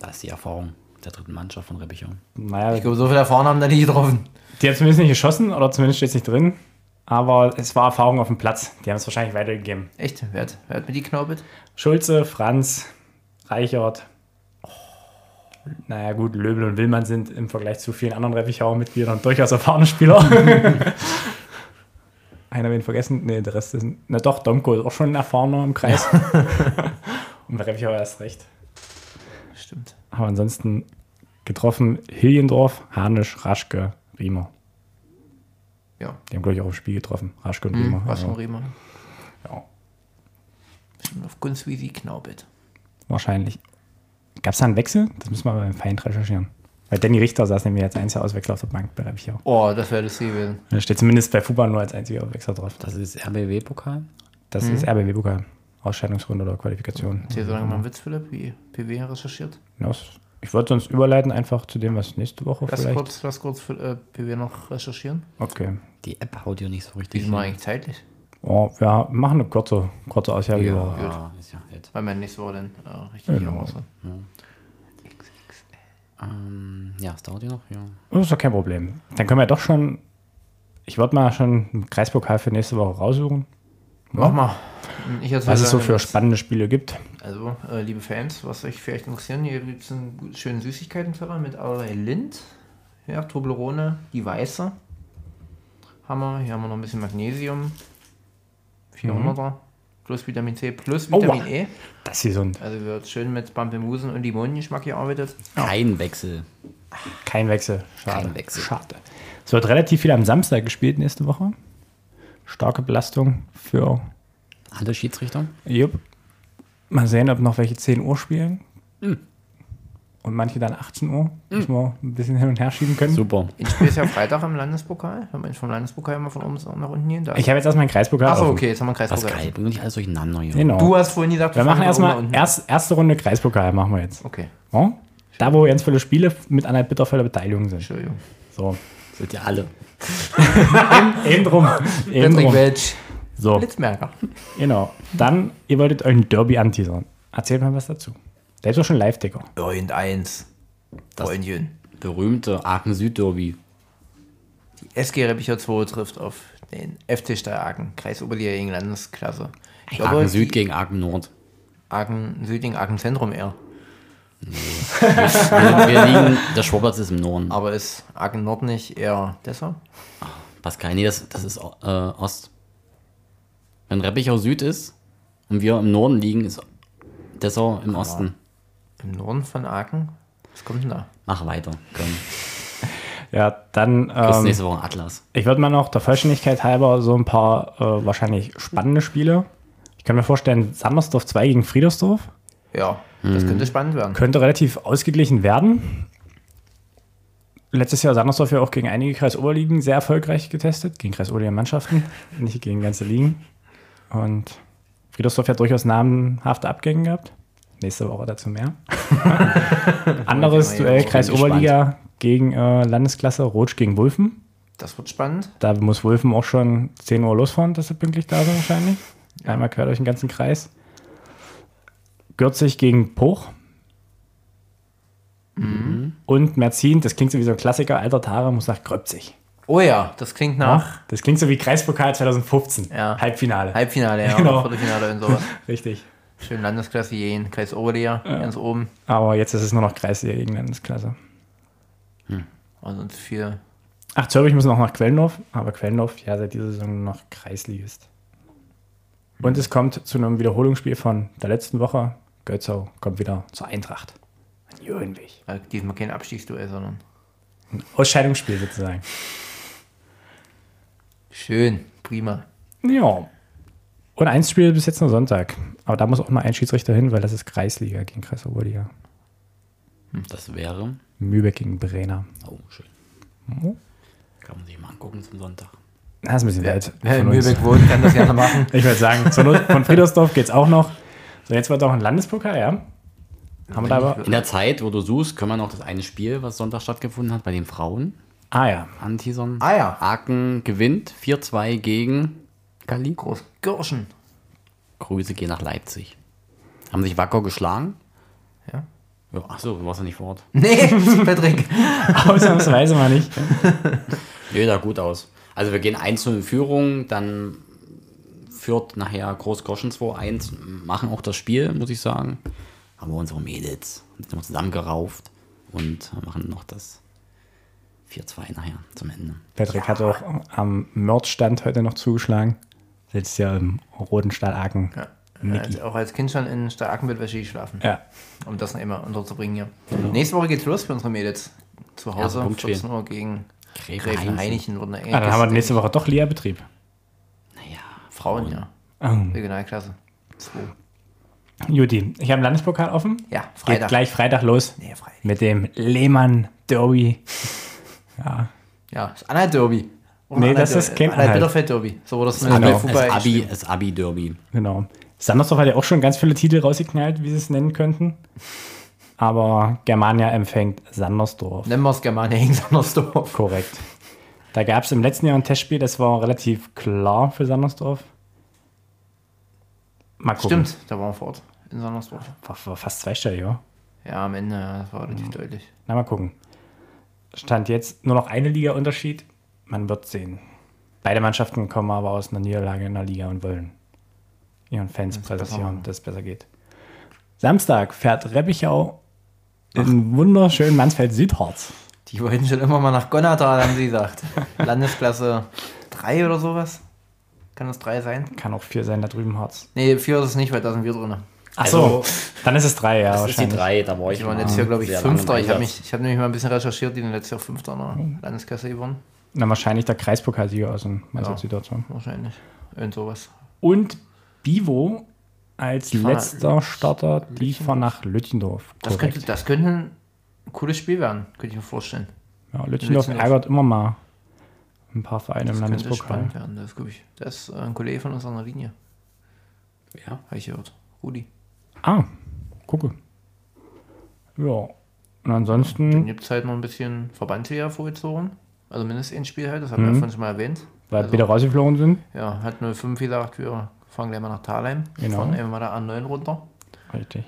S1: das ist die Erfahrung der dritten Mannschaft von Reppichau.
S3: Naja,
S2: Ich glaube, so viel erfahren haben da nicht getroffen.
S3: Die haben zumindest nicht geschossen oder zumindest steht es nicht drin. Aber es war Erfahrung auf dem Platz. Die haben es wahrscheinlich weitergegeben.
S2: Echt? Wer hat, wer hat mir die knaubelt?
S3: Schulze, Franz, Reichert. Naja, gut, Löbel und Willmann sind im Vergleich zu vielen anderen Reppichauer-Mitgliedern durchaus erfahrene Spieler. Einer wen vergessen? Nee, der Rest ist. Na doch, Domko ist auch schon ein erfahrener im Kreis. und bei Reppichauer erst recht.
S2: Stimmt.
S3: Aber ansonsten getroffen Hiljendorf, Hanisch, Raschke, Riemer.
S2: Ja.
S3: Die haben, glaube ich, auch im Spiel getroffen. Mhm. Raschke und Riemer. Also
S2: Was
S3: ja.
S2: von Riemer?
S3: Ja.
S2: Auf Gunstwiesi Knaubit.
S3: Wahrscheinlich. Gab es da einen Wechsel? Das müssen wir aber im Feind recherchieren. Weil Danny Richter saß nämlich als einziger Auswechsler auf der Bank bei Rebichau.
S2: Oh, das wäre das gewesen.
S3: Da steht zumindest bei Fuban nur als einziger Auswechsler drauf.
S1: Das ist RBW-Pokal.
S3: Das ist RBW-Pokal. Ausscheidungsrunde oder Qualifikation.
S2: Erzähl so lange mal einen Witz, Philipp, wie PW recherchiert.
S3: Hinaus. Ich wollte sonst überleiten einfach zu dem, was nächste Woche
S2: Lass
S3: vielleicht.
S2: kurz, lass kurz äh, PW noch recherchieren.
S3: Okay.
S1: Die App haut ja nicht so
S2: Wie
S1: richtig.
S2: sind wir eigentlich zeitlich?
S3: Oh, ja, machen eine kurze, kurze Aussage.
S1: hin.
S3: über-
S1: ja, ist ja nett.
S2: Weil wir nächste Woche dann äh, richtig hier raus sind.
S1: Ähm, ja, es dauert ja noch, ja.
S3: Das ist doch kein Problem. Dann können wir doch schon. Ich würde mal schon einen Kreispokal für nächste Woche raussuchen,
S2: Mach mal. Ich erzähl
S3: was es so
S2: dann-
S3: für spannende Spiele gibt.
S2: Also, äh, liebe Fans, was euch vielleicht interessieren, hier gibt es einen gut- schönen Süßigkeitenteller mit allerlei Lind. Ja, Toblerone, die weiße. Haben wir. Hier haben wir noch ein bisschen Magnesium. 400er. Plus Vitamin C, plus
S3: Mhm. Aua.
S2: Vitamin E.
S3: Das ist gesund.
S2: Also wird schön mit Pampelmusen und Limonengeschmack gearbeitet.
S1: Kein Wechsel.
S3: Kein Wechsel. Schade.
S1: Kein Wechsel.
S3: Schade. Es wird relativ viel am Samstag gespielt nächste Woche. Starke Belastung für
S1: Alle Schiedsrichter?
S3: Jupp. Mal sehen, ob noch welche 10 Uhr spielen.
S2: Hm.
S3: Und manche dann 18 Uhr. Müssen wir ein bisschen hin und her schieben können.
S1: Super.
S2: Ich spiele ja Freitag im Landespokal. Wenn man vom Landespokal immer von oben nach unten gehen darf.
S3: Ich habe jetzt erstmal einen Kreispokal.
S2: Achso,
S3: offen.
S2: okay, jetzt haben wir einen
S1: Was
S2: Kreispokal.
S1: geil, bring nicht alles durcheinander hier.
S3: Genau.
S2: Du hast vorhin gesagt,
S3: wir machen
S2: fangen von oben
S3: erstmal
S2: nach unten.
S3: erst, erste Runde Kreispokal machen wir jetzt.
S2: Okay,
S3: Ja? Da, wo ganz viele Spiele mit einer bittervoller Beteiligung sind.
S2: Entschuldigung.
S3: So.
S1: Sind ja alle.
S3: Eben drum. Eben
S2: Patrick
S3: drum.
S2: Welch.
S3: So,
S2: Blitzmerker.
S3: genau. Dann, ihr wolltet euren Derby anteasern. Erzählt mal was dazu. Der ist doch schon Live-Ticker.
S2: Irgendeins. Freundchen.
S1: Berühmte Aachen-Süd-Derby.
S2: SG Reppicher 2 trifft auf den FC Steyr-Aachen, Kreis Oberliga gegen Landesklasse. Ich glaube,
S1: Aachen-Süd
S2: die
S1: gegen Aachen-Nord.
S2: Aachen Süd gegen Aachen Zentrum eher.
S1: Wir, wir liegen, der Schwabplatz ist im Norden.
S2: Aber ist Aachen Nord nicht eher Dessau?
S1: Pascal, nee, das, das ist äh, Ost. Wenn Reppichau Süd ist und wir im Norden liegen, ist Dessau im Osten.
S2: Im Norden von Aachen? Was kommt denn da?
S1: Mach weiter. Komm.
S3: Ja, dann.
S1: Bis
S3: Ähm,
S1: nächste Woche Atlas.
S3: ich würde mal noch der Vollständigkeit halber so ein paar äh, wahrscheinlich spannende Spiele. Ich kann mir vorstellen, Sandersdorf 2 gegen Friedersdorf.
S2: Ja, das
S3: Hm.
S2: könnte spannend werden.
S3: Könnte relativ ausgeglichen werden. Letztes Jahr Sandersdorf ja auch gegen einige Kreisoberligen sehr erfolgreich getestet, gegen Kreisoberligen-Mannschaften, nicht gegen ganze Ligen. Und Friedersdorf hat durchaus namenhafte Abgänge gehabt. Nächste Woche dazu mehr. Anderes
S2: Ja, ja,
S3: Duell
S2: ich bin
S3: Kreisoberliga gegen äh, Landesklasse, Rotsch gegen Wulfen.
S2: Das wird spannend.
S3: Da muss Wulfen auch schon 10 Uhr losfahren, dass sie pünktlich da sind wahrscheinlich. Einmal quer durch den ganzen Kreis. Gürzig gegen Poch. Und Merzin, das klingt so wie so ein Klassiker, alter Tare, muss nach Gröbzig.
S2: Oh ja, das klingt nach
S3: Das klingt so wie Kreispokal 2015,
S2: Ja.
S3: Halbfinale.
S2: Halbfinale, ja,
S3: Genau.
S2: oder Viertelfinale und sowas.
S3: Richtig.
S2: Schön Landesklasse gegen Kreis Oberliga, ganz oben.
S3: Aber jetzt ist es nur noch Kreis der gegen Landesklasse.
S2: Also uns vier.
S3: Ach, Zürich muss noch nach Quellendorf, aber Quellendorf ja seit dieser Saison nur noch Kreisligist. Und es kommt zu einem Wiederholungsspiel von der letzten Woche. Götzau kommt wieder zur Eintracht. An Jürgenweg.
S2: äh, Diesmal kein Abstiegsduell, sondern.
S3: Ausscheidungsspiel sozusagen.
S2: Schön, prima.
S3: Ja. Und eins Spiel bis jetzt nur Sonntag. Aber da muss auch mal ein Schiedsrichter hin, weil das ist Kreisliga gegen Kreisoberliga.
S1: Das wäre.
S3: Mübeck gegen Brenner.
S1: Oh, schön.
S3: Oh.
S1: Kann man sich mal angucken zum Sonntag.
S3: Das ist ein bisschen weit.
S2: Wer in
S3: von uns.
S2: Mühlbeck wohnt, kann das gerne machen.
S3: Ich würde sagen, zur Not von Friedersdorf geht's auch noch. So, jetzt wird auch ein Landespokal, ja? Haben wir da aber.
S1: In der Zeit, wo du suchst, können wir noch das eine Spiel, was Sonntag stattgefunden hat, bei den Frauen
S3: Ah ja.
S1: anteasern.
S2: Ah ja.
S1: Aachen gewinnt 4-2 gegen Kali.
S2: Groß Girschen.
S1: Grüße gehen nach Leipzig. Haben sich wacker geschlagen.
S2: Ja.
S1: Ja, Achso, du warst ja nicht vor Ort.
S2: Nee, Patrick.
S3: Ausnahmsweise mal nicht.
S1: Nee, sah gut aus. Also wir gehen 1-0 in Führung, dann führt nachher Großgroschen 2-1, machen auch das Spiel, muss ich sagen. Aber unsere Mädels sind noch zusammengerauft und machen noch das 4-2 nachher zum Ende.
S3: Patrick hat auch am Merch-Stand heute noch zugeschlagen. Sitzt ja im roten Stahlaken. Ja.
S2: äh, Als, auch als Kind schon in starken Bettwäsche geschlafen,
S3: ja. Ah,
S2: um das noch immer unterzubringen hier. Nächste Woche geht's los für unsere Mädels. Zu Hause,
S1: Ja,
S2: um
S1: Punktspiel.
S2: 14 Uhr gegen
S1: Gräfe
S2: Gräfen
S1: Heinzen.
S2: Heinichen wurden
S3: Ah, dann haben wir nächste Woche doch Lehrbetrieb.
S1: Naja,
S2: Frauen, ja.
S3: Oh.
S2: Regionalklasse. 2.
S3: Juti, ich habe einen Landespokal offen.
S2: Ja,
S3: Geht
S2: Freitag.
S3: gleich Freitag los
S2: Nee, Freitag.
S3: mit dem Lehmann Derby.
S2: Ja, das Anhalt Derby. Oder
S3: Nee, das ist kein
S2: Anhalt
S3: Anhalt.
S2: Bitterfeld Derby. So wurde das in
S3: Genau.
S2: der
S1: Das
S2: Fußball.
S1: Also Abi, das Abi-Derby.
S3: Genau. Sandersdorf hat ja auch schon ganz viele Titel rausgeknallt, wie sie es nennen könnten. Aber Germania empfängt Sandersdorf.
S2: Nennen wir es Germania gegen Sandersdorf.
S3: Korrekt. Da gab es im letzten Jahr ein Testspiel, das war relativ klar für Sandersdorf. Mal gucken.
S2: Stimmt, da waren wir fort. In Sandersdorf.
S3: War, war fast zweistellig, ja.
S2: Ja, am Ende, ja, das war
S1: Mhm.
S2: relativ deutlich.
S3: Na, mal gucken. Stand jetzt nur noch eine Liga Unterschied. Man wird sehen. Beide Mannschaften kommen aber aus einer Niederlage in der Liga und wollen ihren Fans präsentieren,
S2: machen.
S3: dass es besser geht. Samstag fährt Reppichau in wunderschönen Mansfeld Südharz.
S2: Die wollten schon immer mal nach Gonnatal, haben sie gesagt. Landesklasse 3 oder sowas. Kann das 3 sein?
S3: Kann auch vier sein, da drüben Harz.
S2: Nee, 4 ist es nicht, weil da sind wir drin.
S3: Ach so, dann ist es drei, ja,
S1: Das ist die
S3: wahrscheinlich.
S1: drei, da war ich
S2: Die waren
S1: mal
S2: jetzt hier, glaube ich,
S1: Ah, sehr lange im
S2: Fünfter. Ich habe
S1: Einsatz. Mhm.
S2: hab nämlich mal ein bisschen recherchiert, die sind letztes Jahr Fünfter in der Landesklasse geworden.
S3: Na, wahrscheinlich der Kreispokalsieger aus dem Mansfeld Südharz.
S2: Wahrscheinlich. Irgend sowas.
S3: Und Bivo als
S2: fahren nach
S3: letzter Starter, die fahren nach Lütgendorf.
S2: Das könnte, das könnte ein cooles Spiel werden, könnte ich mir vorstellen.
S3: Ja, Lütgendorf
S2: Lütgendorf.
S3: ärgert immer mal ein paar Vereine im
S2: Das könnte
S3: Landespokal.
S2: spannend werden, das glaube ich. Das ist äh, ein Kollege von uns an der Linie,
S1: Ja.
S2: habe ich gehört. Rudi.
S3: Ah, gucke. Ja. Und
S2: Dann
S3: ansonsten,
S2: gibt es halt noch ein bisschen Verbandsliga vorgezogen. Also mindestens ein Spiel halt, das haben wir ja vorhin schon mal erwähnt.
S3: weil
S2: also-
S3: wir Mhm. wieder rausgeflogen sind.
S2: Ja, hat 05 gesagt, wir fahren gleich mal nach Thalheim.
S3: Genau.
S2: Fahren einmal da an 9 runter.
S3: Richtig.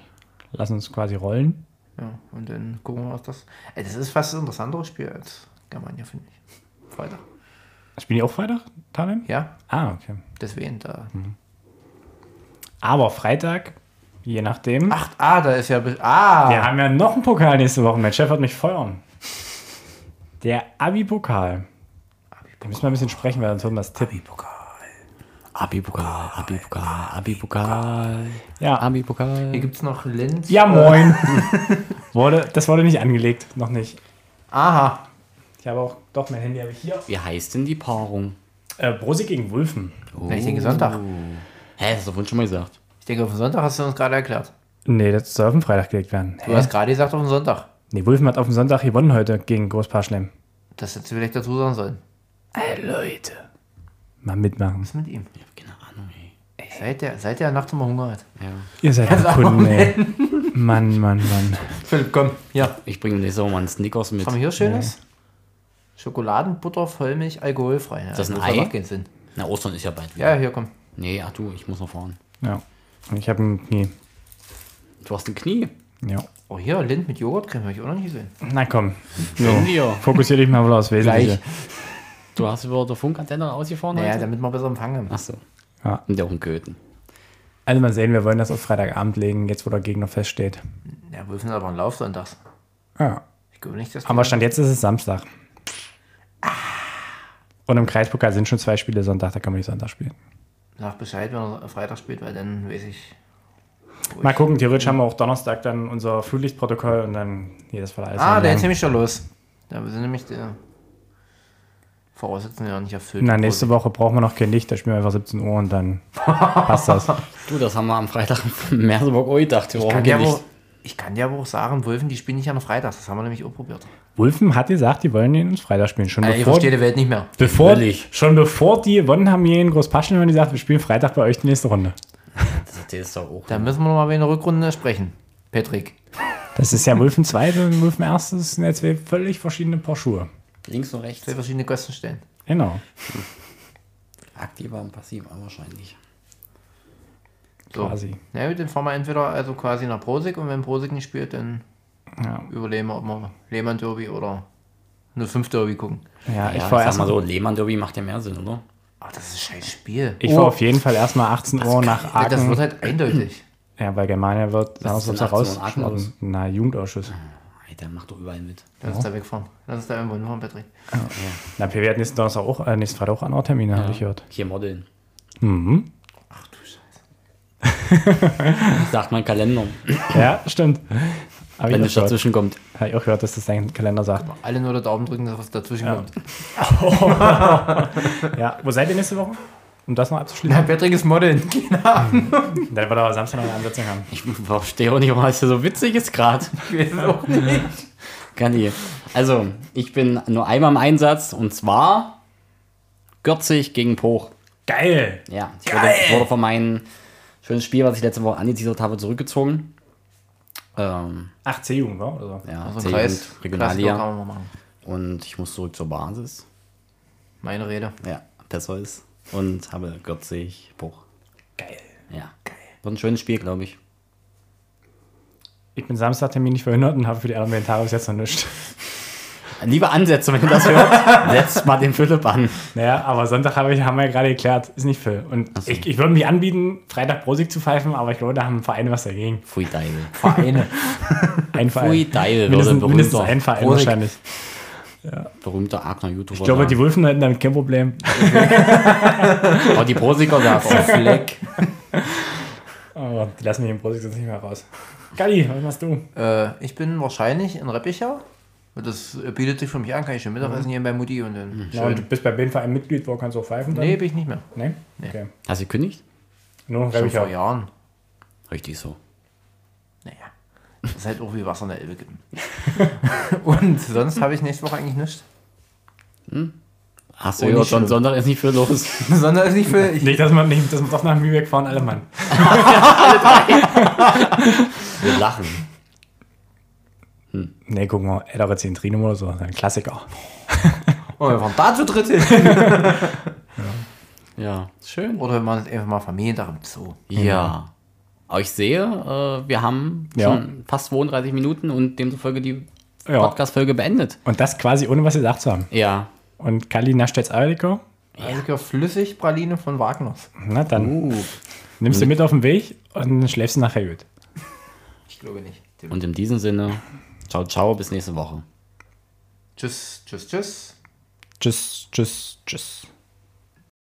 S3: Lassen uns quasi rollen.
S2: Ja, und dann gucken wir, was das. Ey, das ist fast ein interessanteres Spiel als Germania, finde ich. Freitag.
S3: Spielen die auch Freitag, Thalheim?
S2: Ja,
S3: Ah, okay.
S2: deswegen da.
S3: Mhm. Aber Freitag, je nachdem.
S2: Ach, ah, da ist ja. be- Ah!
S3: Wir haben ja noch einen Pokal nächste Woche. Mein Chef wird mich feuern. Der Abi-Pokal. Da müssen wir ein bisschen sprechen, weil sonst würden wir das tippen.
S1: Abi-Pokal, Abi-Pokal, Abi-Pokal,
S3: Ja,
S2: Hier
S1: Abi-Pokal.
S2: gibt es noch Linz.
S3: ja moin. wurde, das wurde nicht angelegt, noch nicht.
S2: Aha.
S3: Ich habe auch, doch, mein Handy habe ich hier.
S1: Wie heißt denn die Paarung?
S3: Äh, Brosig gegen Wulfen.
S1: Oh.
S2: Na, ich denke Sonntag.
S1: Hä, das hast du vorhin schon mal gesagt.
S2: Ich denke, auf den Sonntag hast du uns gerade erklärt.
S3: Nee, das soll auf den Freitag gelegt werden.
S2: Du hast gerade gesagt, auf den Sonntag.
S3: Nee, Wulfen hat auf dem Sonntag gewonnen heute gegen Großparschlemm.
S2: Das hättest du vielleicht dazu sagen sollen.
S3: Ey, Leute. Mal mitmachen.
S2: Was ist mit ihm?
S1: Ich hab keine Ahnung, ey.
S2: Ey, seit der, seit der nachts immer Hunger hat.
S1: Ja.
S3: Ihr seid ein Kunden, ey. Mann, Mann, Mann.
S2: Philipp, komm. Ja.
S1: Ich bringe nächste Woche mal einen Snickers mit.
S2: Was haben wir hier Schönes? Schokoladenbutter, Vollmilch, alkoholfrei. Ja,
S1: das ein
S2: muss ja
S1: Ei?
S2: noch keinen Sinn.
S1: Na, Ostern ist ja bald wieder.
S2: Ja, hier, komm.
S1: Nee, ach du, ich muss noch fahren.
S3: Ja. Ich habe ein Knie.
S1: Du hast ein Knie.
S3: Ja.
S2: Oh, hier, Lind mit Joghurtcreme habe ich auch noch nicht gesehen.
S3: Na komm.
S1: Gönn dir.
S3: Fokussier dich mal wohl aufs Wesentliche.
S1: Du hast über der Funkantenne rausgefahren
S2: Naja,
S1: heute?
S2: damit wir besser Empfang haben.
S1: Achso.
S3: Ja.
S1: Und der auch in Köthen.
S3: Also mal sehen, wir wollen das auf Freitagabend legen, jetzt wo der Gegner feststeht.
S2: Ja, wir sind aber ein Lauf sonntags.
S3: Ja.
S2: Ich glaube nicht, dass
S3: Aber Stand jetzt ist es Samstag. Ah. Und im Kreispokal sind schon zwei Spiele Sonntag, da kann man nicht Sonntag spielen.
S2: nach Bescheid, wenn er Freitag spielt, weil dann weiß ich. wo
S3: Mal
S2: ich-
S3: gucken, theoretisch haben wir auch Donnerstag dann unser Frühlichtprotokoll und dann jedes Mal alles.
S2: Ah, der ist
S3: anlernen.
S2: nämlich schon los. Da sind nämlich die Voraussetzungen ja nicht erfüllt.
S3: Na, nächste Woche brauchen wir noch kein Licht, da spielen wir einfach 17 Uhr und dann passt das.
S1: Du, das haben wir am Freitag in Merseburg auch gedacht. Wir
S2: Ich kann,
S1: brauchen
S2: dir aber,
S1: nicht.
S2: auch- ich kann dir aber auch sagen, Wölfen, die spielen nicht an Freitags. Das haben wir nämlich auch probiert.
S3: Wulfen hat gesagt, die wollen ihn ins Freitag spielen. Schon
S2: Äh, ich
S3: bevor,
S2: verstehe die Welt nicht mehr.
S3: bevor,
S1: Völlig.
S3: schon bevor die gewonnen haben, hier in Großpaschen haben die gesagt, wir spielen Freitag bei euch die nächste Runde.
S1: Das erzählst du auch.
S2: Da müssen wir noch mal wieder in der Rückrunde sprechen. Patrick.
S3: Das ist ja Wulfen 2 und Wulfen 1 das sind ja zwei völlig verschiedene Paar Schuhe.
S1: Links und rechts.
S2: Zwei verschiedene Kostenstellen.
S3: Genau.
S1: Aktiver und passiver wahrscheinlich.
S2: So.
S3: Quasi.
S2: Na gut, dann fahren wir entweder also quasi nach Prosig und wenn Prosig nicht spielt, dann
S3: Ja.
S2: überleben wir, ob wir Lehmann Derby oder 05 Derby gucken.
S3: Ja, ich
S1: Ja,
S3: fahre
S1: ich sag mal
S3: erstmal
S1: so, Lehmann Derby macht ja mehr Sinn, oder?
S2: Ach, Ah, das ist ein scheiß Spiel.
S3: Ich fahr auf jeden Fall erstmal 18 Uhr nach
S2: Ja, oh. das
S3: Aachen.
S2: wird halt eindeutig.
S3: Ja, weil Germania wird
S1: Was ist denn
S3: Samstag
S1: 18 Uhr in Aachen
S3: rausgeschmissen. Na, Jugendausschuss.
S1: Ey, der macht doch überall mit.
S2: Lass uns da wegfahren. Lass uns da irgendwo hinfahren, Patrick.
S3: Na, PW hat nächsten Donnerstag auch, äh, nächsten Freitag auch einen Termine, habe ich gehört.
S1: Hier modeln.
S3: Mhm.
S2: Ach du Scheiße.
S1: Sagt mein Kalender,
S3: Ja, stimmt. Habe
S1: wenn
S3: ich,
S1: es
S3: auch gehört.
S1: dazwischen kommt.
S3: Hab ich auch gehört, dass das dein Kalender sagt.
S2: Alle nur den Daumen drücken, dass was dazwischen kommt.
S3: Ja, wo seid ihr nächste Woche? um das noch abzuschließen.
S2: Na, Patrick ist Modeln. Genau.
S3: Dann war doch Samstag noch eine Ansetzung haben.
S1: Ich verstehe auch nicht, warum es so witzig ist gerade.
S2: Wir sind auch nicht.
S1: Kann ich. Also, ich bin nur einmal im Einsatz und zwar Gürzig gegen Poch.
S3: Geil!
S1: Ja, ich wurde, ich wurde von meinem schönen Spiel, was ich letzte Woche angeteasert habe, zurückgezogen. Ähm,
S3: 8 C-Jugend, war? Oder so.
S1: ja,
S2: Also
S1: C-Jugend,
S2: Kreis. Kreisliga
S1: Regionalliga.
S2: kann man mal machen.
S1: Und ich muss zurück zur Basis.
S2: Meine Rede.
S1: Ja, Perseus. Und habe Gürzig, Poch.
S3: Geil.
S1: Ja. War ein schönes Spiel, glaube ich.
S3: Ich bin Samstagtermin nicht verhindert und habe für die Elementare bis jetzt noch nichts.
S1: Liebe Ansätze, wenn ihr das hört, setzt mal den Philipp an.
S3: Naja, aber Sonntag habe ich, haben wir ja gerade geklärt, ist nicht Phil. Und ich, ich würde mich anbieten, Freitag Prosig zu pfeifen, aber ich glaube, da haben Vereine was dagegen.
S1: Pfui Deibel.
S2: Vereine.
S3: Ein Verein.
S1: Pfui Deibel würde ein
S3: mindestens, mindestens
S1: berühmter,
S3: ein Verein
S1: Prosig-
S3: wahrscheinlich.
S1: berühmter Aachener YouTuber.
S3: Ich glaube,
S1: sagen.
S3: die Wulfen hätten damit kein Problem.
S1: Aber die Prosiker darf Fleck.
S3: Aber die lassen mich im Prosig sonst nicht mehr raus. Galli, was machst du?
S2: Äh, ich bin wahrscheinlich in Reppichau. Und Das äh, bietet sich für mich an, kann ich schon Mittagessen
S3: Mhm.
S2: hier bei Mutti und dann.
S3: Ja, und Genau, du
S2: Schön.
S3: bist bei BNV ein Mitglied, wo kannst du auch pfeifen? Dann?
S2: Nee, bin ich nicht mehr.
S3: Nee? Okay.
S1: Hast du gekündigt?
S3: Nur
S2: Schon
S3: ich
S2: vor
S3: auch.
S2: Jahren.
S1: Richtig so.
S2: Naja. Das ist halt auch wie Wasser in der Elbe kippen. und sonst habe ich nächste Woche eigentlich nichts.
S1: Hast du
S2: Oh,
S1: gehört,
S2: nicht
S1: schon
S2: schlimm.
S1: Sonntag ist nicht viel los.
S2: Sondern ist nicht für. Ich,
S3: Nicht, dass man nicht, dass man doch nach Mübeck fahren, alle Mann.
S1: Wir lachen.
S3: Nee, guck mal, Edere Zentrinum oder so, ein Klassiker.
S2: oh, wir waren da zu dritt.
S1: Ja, schön.
S2: Oder wir machen jetzt einfach mal Familientag im Zoo.
S1: Ja. Aber ich sehe, äh, wir haben
S3: Ja.
S1: schon fast 32 Minuten und demzufolge die
S3: Ja.
S1: Podcast-Folge beendet.
S3: Und das quasi ohne was gesagt zu haben.
S1: Ja.
S3: Und Kali nascht jetzt Eierlikör.
S2: Also Flüssigpraline von Wagners.
S3: Na dann,
S2: Oh.
S1: Uh.
S3: nimmst du mit auf den Weg und schläfst du nachher gut.
S2: Ich glaube nicht.
S1: Und in diesem Sinne, ciao, ciao, bis nächste Woche.
S2: Tschüss, tschüss, tschüss.
S3: Tschüss, tschüss, tschüss.